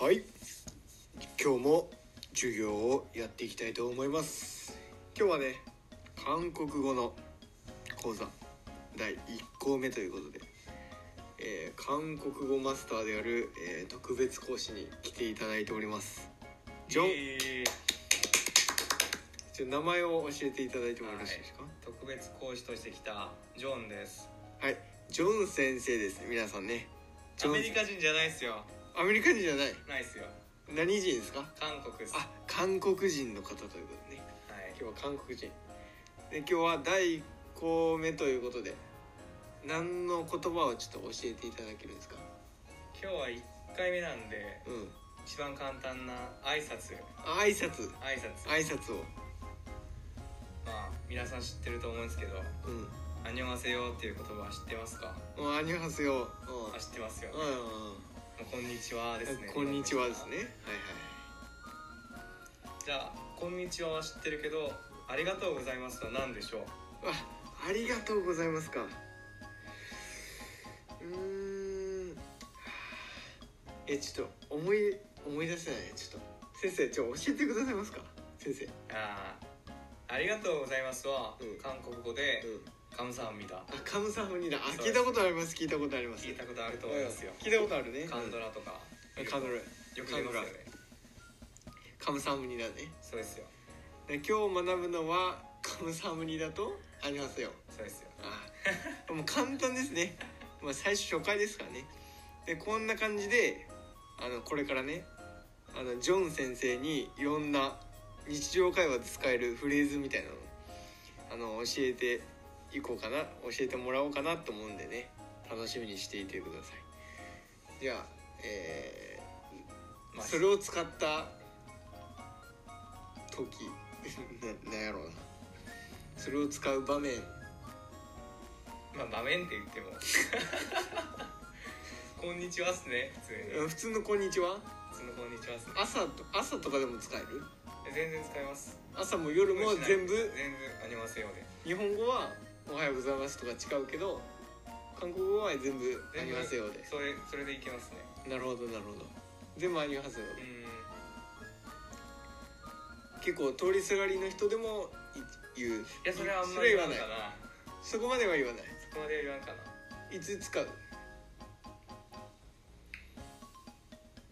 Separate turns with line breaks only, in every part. はい今日も授業をやっていきたいと思います今日はね韓国語の講座第1項目ということで、えー韓国語マスターである、えー特別講師に来ていただいておりますジョン、
ン
ちょっと名前を教えていただいてもよろしいですか
特別講師として来たジョンです
はい、ジョン先生です皆さんねジ
ア
ョン
メリカ人じゃないっすよ
アメリカ人じゃない
ないっすよ
何人ですか
韓国っすは
あ韓国人の方ということでね
い
今日は韓国人で今日は第1項目ということで何の言葉をちょっと教えていただけるんですか
今日は1回目なんで
うん
一番簡単な挨拶
あ挨拶
挨拶
挨拶を
まあ皆さん知ってると思うんですけど
うん
「アンニョンハセヨ」っていう言葉は知ってますか
「もうアニョハスよ」
あ知ってますよ、
うん
も
うん
うこんにちはです
う
ね
んこんにちはですねはい
じゃあ「こんにちは」は知ってるけど「ありがとうございます」は何でしょう
はいあありがとうございますかうーんえちょっと思い思い出せないちょっと先生ちょっと教えてくださいますか先生
あーありがとうございますは、
うん
韓国語で
うん
「カムサハムニダ」
あカムサハムニダあ
そうです
聞いたことあります聞いたことあります
聞いたことあると思いますよ
聞いたことあるね
カンドラとか
うんカンドラ
よく言いますよね
カムサムニダね
そうですよ
で今日学ぶのはカムサムニダとありますよ
そうですよ
あーもう簡単ですね、まあ、最初初回ですからねでこんな感じであのこれからねあのジョン先生にいろんな日常会話で使えるフレーズみたいなのをあの教えていこうかな教えてもらおうかなと思うんでね楽しみにしていてくださいじゃあ、えー
まあ
それを使った時 ななんやろうなそれを使う場面
まあ場面って言 ってもこんにちはっすね普通に
うん普通の「こんにちは
普通のこんにちはっすね」
朝と朝とかでも使える
全然使います
朝も夜も全
全
部
然ありますよね
日本語は「おはようございます」とか違うけど韓国語は全部「ありますよ」で
それそれでいけますね
なるほどなるほど全部「ありますよ
う」ん
結構通りすがりの人でもい言う
いやそれはあんま
そ
り
れ
言
は
わん
言
か
わない
な
そこまでは言わない
そこまでは言わんかない
つ使う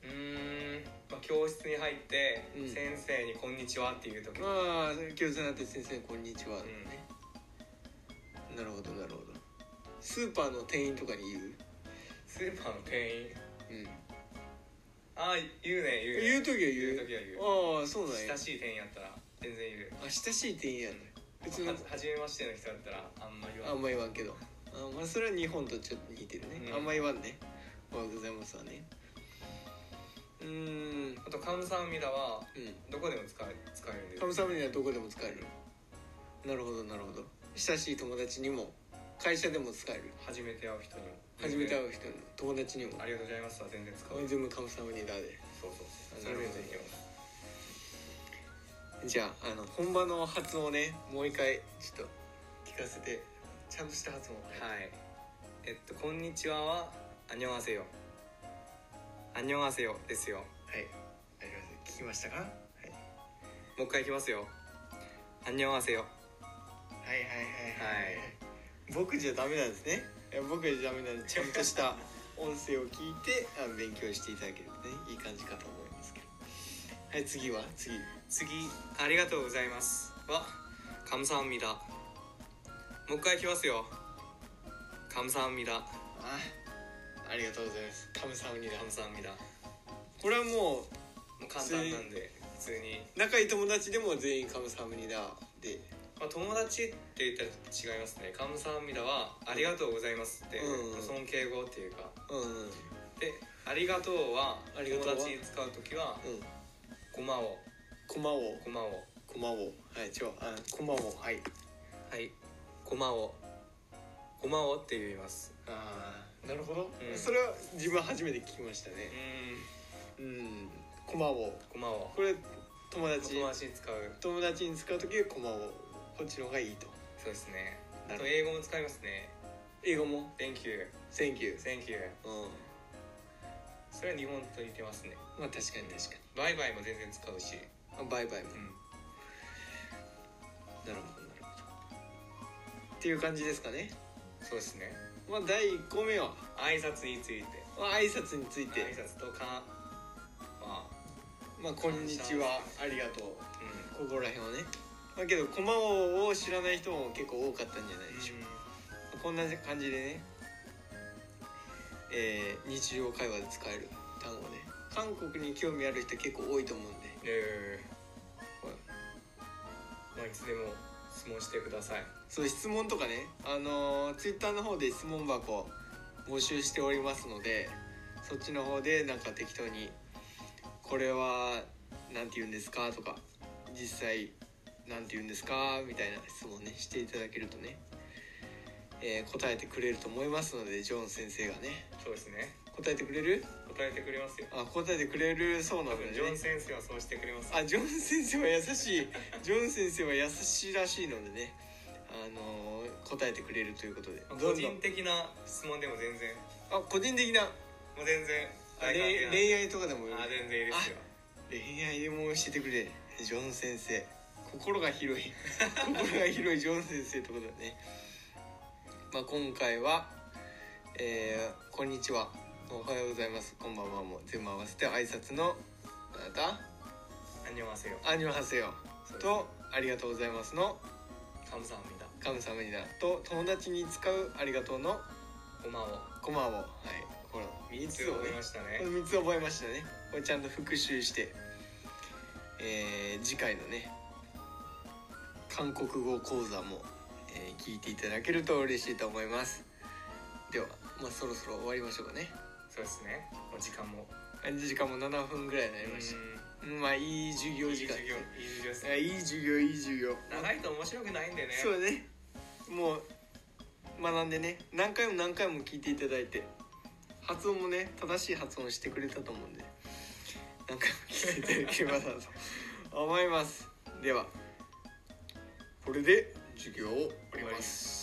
うーんまあ教室に入って
うん
先生に「こんにちは」っていう時も
まあ教授になって先生こんにちは、
うん
なるほどなるほどスーパーの店員とかに言う
スーパーの店員
うん
ああ言うね言うね
言う時は言う
言う時は言う
ああそうなんや
親しい店員やったら全然いる
あ親しい店員やね別に
は初めましての人だったらあんまり
あ
は
んま言わんけどあまあそれは日本とちょっと似てるね、
うん
あんま言わんねおはようございますはねうーん
あとカムサハムニダは
うん
どこでも使え使えるんです
カムサハムニダはどこでも使えるなるほどなるほど親しい友達にも会社でも使える
初めて会う人にも
初めて会
う
う人にも友達にも
ありがとうございますは全然使う
全部カムサハムニダで
そうそうそれめっちゃいけます
じゃああの本場の発音をねもう一回ちょっと聞かせてちゃんとした発音
はいえっと「こんにちは」は「あんにょんあせよ」「あんにょんあせよ」ですよ
はいありがとうございます聞きましたかはい
もう一回いきますよ「あんにょんあせよ
はいはいはい、はい、僕じゃダメなんですねいや僕じゃダメなんでちゃんと した音声を聞いてあ勉強していただけるとねいい感じかと思いますけどはい次は次」
次「ありがとうございます」は「カムサハムニダ」もう一回いきますよ「カムサハムニダ」
あありがとうございますカムサムニダ
カムサハムニダ
これはも
もう簡単なんで普通に、
う仲いい友達でも全員カムサムニダで
まあ、友達って言ったらちょっと違いますね「カムサハムニダ」は「ありがとうございます」って、
うんうん
尊敬語っていうか
うんうん
で「ありがとうは」
ありがとうは
友達に使う時は
うん
「ごまを
コマを
ごまを
コマをはいちょあコマをはい
はいごまをごまを」って言います
ああなるほど、
うん
それは自分初めて聞きました
う
ね
ん
うんコマを
ごまを
これ友達
友達に使う
友達に使う時はコマをこっちの方がいいと
そうですね
なるほ
あと
ど
英語も使いますね
英語も
「Thank you」
「Thank
「
you
Thank you」
うん」
それは日本と似てますね
まあ確かに確か
バイバイも全然使うし、
にあバイバイも
うん、
なるほどなるほどっていう感じですかね
そうですね
まあ第1個目は、
挨拶について
まあ、挨拶につい
挨
て
拶とかまあ
「まあ、こんにちはありがとう
う」
ここら辺はねだけどコマ王を知らない人も結構多かったんじゃない
ん
でしょうかこんな感じでね、えー日常会話で使える単語で韓国に興味ある人結構多いと思うんで、
え
はい
ーまあいつでも質問してください
そう質問とかねあのツイッター Twitter の方で質問箱募集しておりますのでそっちの方でなんか適当に「これはなんて言うんですか?」とか「実際なんて言うんですか?」みたいな質問ねしていただけるとね、えー答えてくれると思いますのでジョン先生がね
そうですね
答えてくれる
答えてくれますよ
あ答えてくれるそうな
多
んだ
分
ね
ジョン先生はそうしてくれます
あジョン先生は優しいジョン先生は優しいらしいのでねあのー答えてくれるということで
まあ
ど
個
んど
人
ん
的な質問でも全然
あ個人的な
もう全然
あ
大
れ
関係
恋愛とかでも
ないあ全然いいですよ
恋愛でも教えてくれジョン先生心が広い 心が広いジョン先生ってことだね、まあ、今回は、えーこんにちは」「おはようございます」「こんばんは」も全部合わせて挨拶の「あなた」
あんにょませよ
「アニョハセヨ」と「ありがとうございます」の「
カムサハミダ
神様にだと友達に使うありがとうの
おまを
コマをはいこの
3
3
つ
つを
覚
ね
えました
この
ね
3つ覚えましたねこれちゃんと復習してえー次回のね韓国語講座も、えー聞いていただけると嬉しいと思いますではまあそろそろ終わりましょうかね
そうですねお時間も
時間も7分ぐらいにな
あ
りましたうんまあいい授業
いい
時間
授業いい授業です
いや
ね
いい授業いい授業
長いと面白くないんでね
そうだねもう学んでね何回も何回も聞いていただいて発音もね正しい発音してくれたと思うんで何回も聞いていただければなと思いますではこれで授業を終わります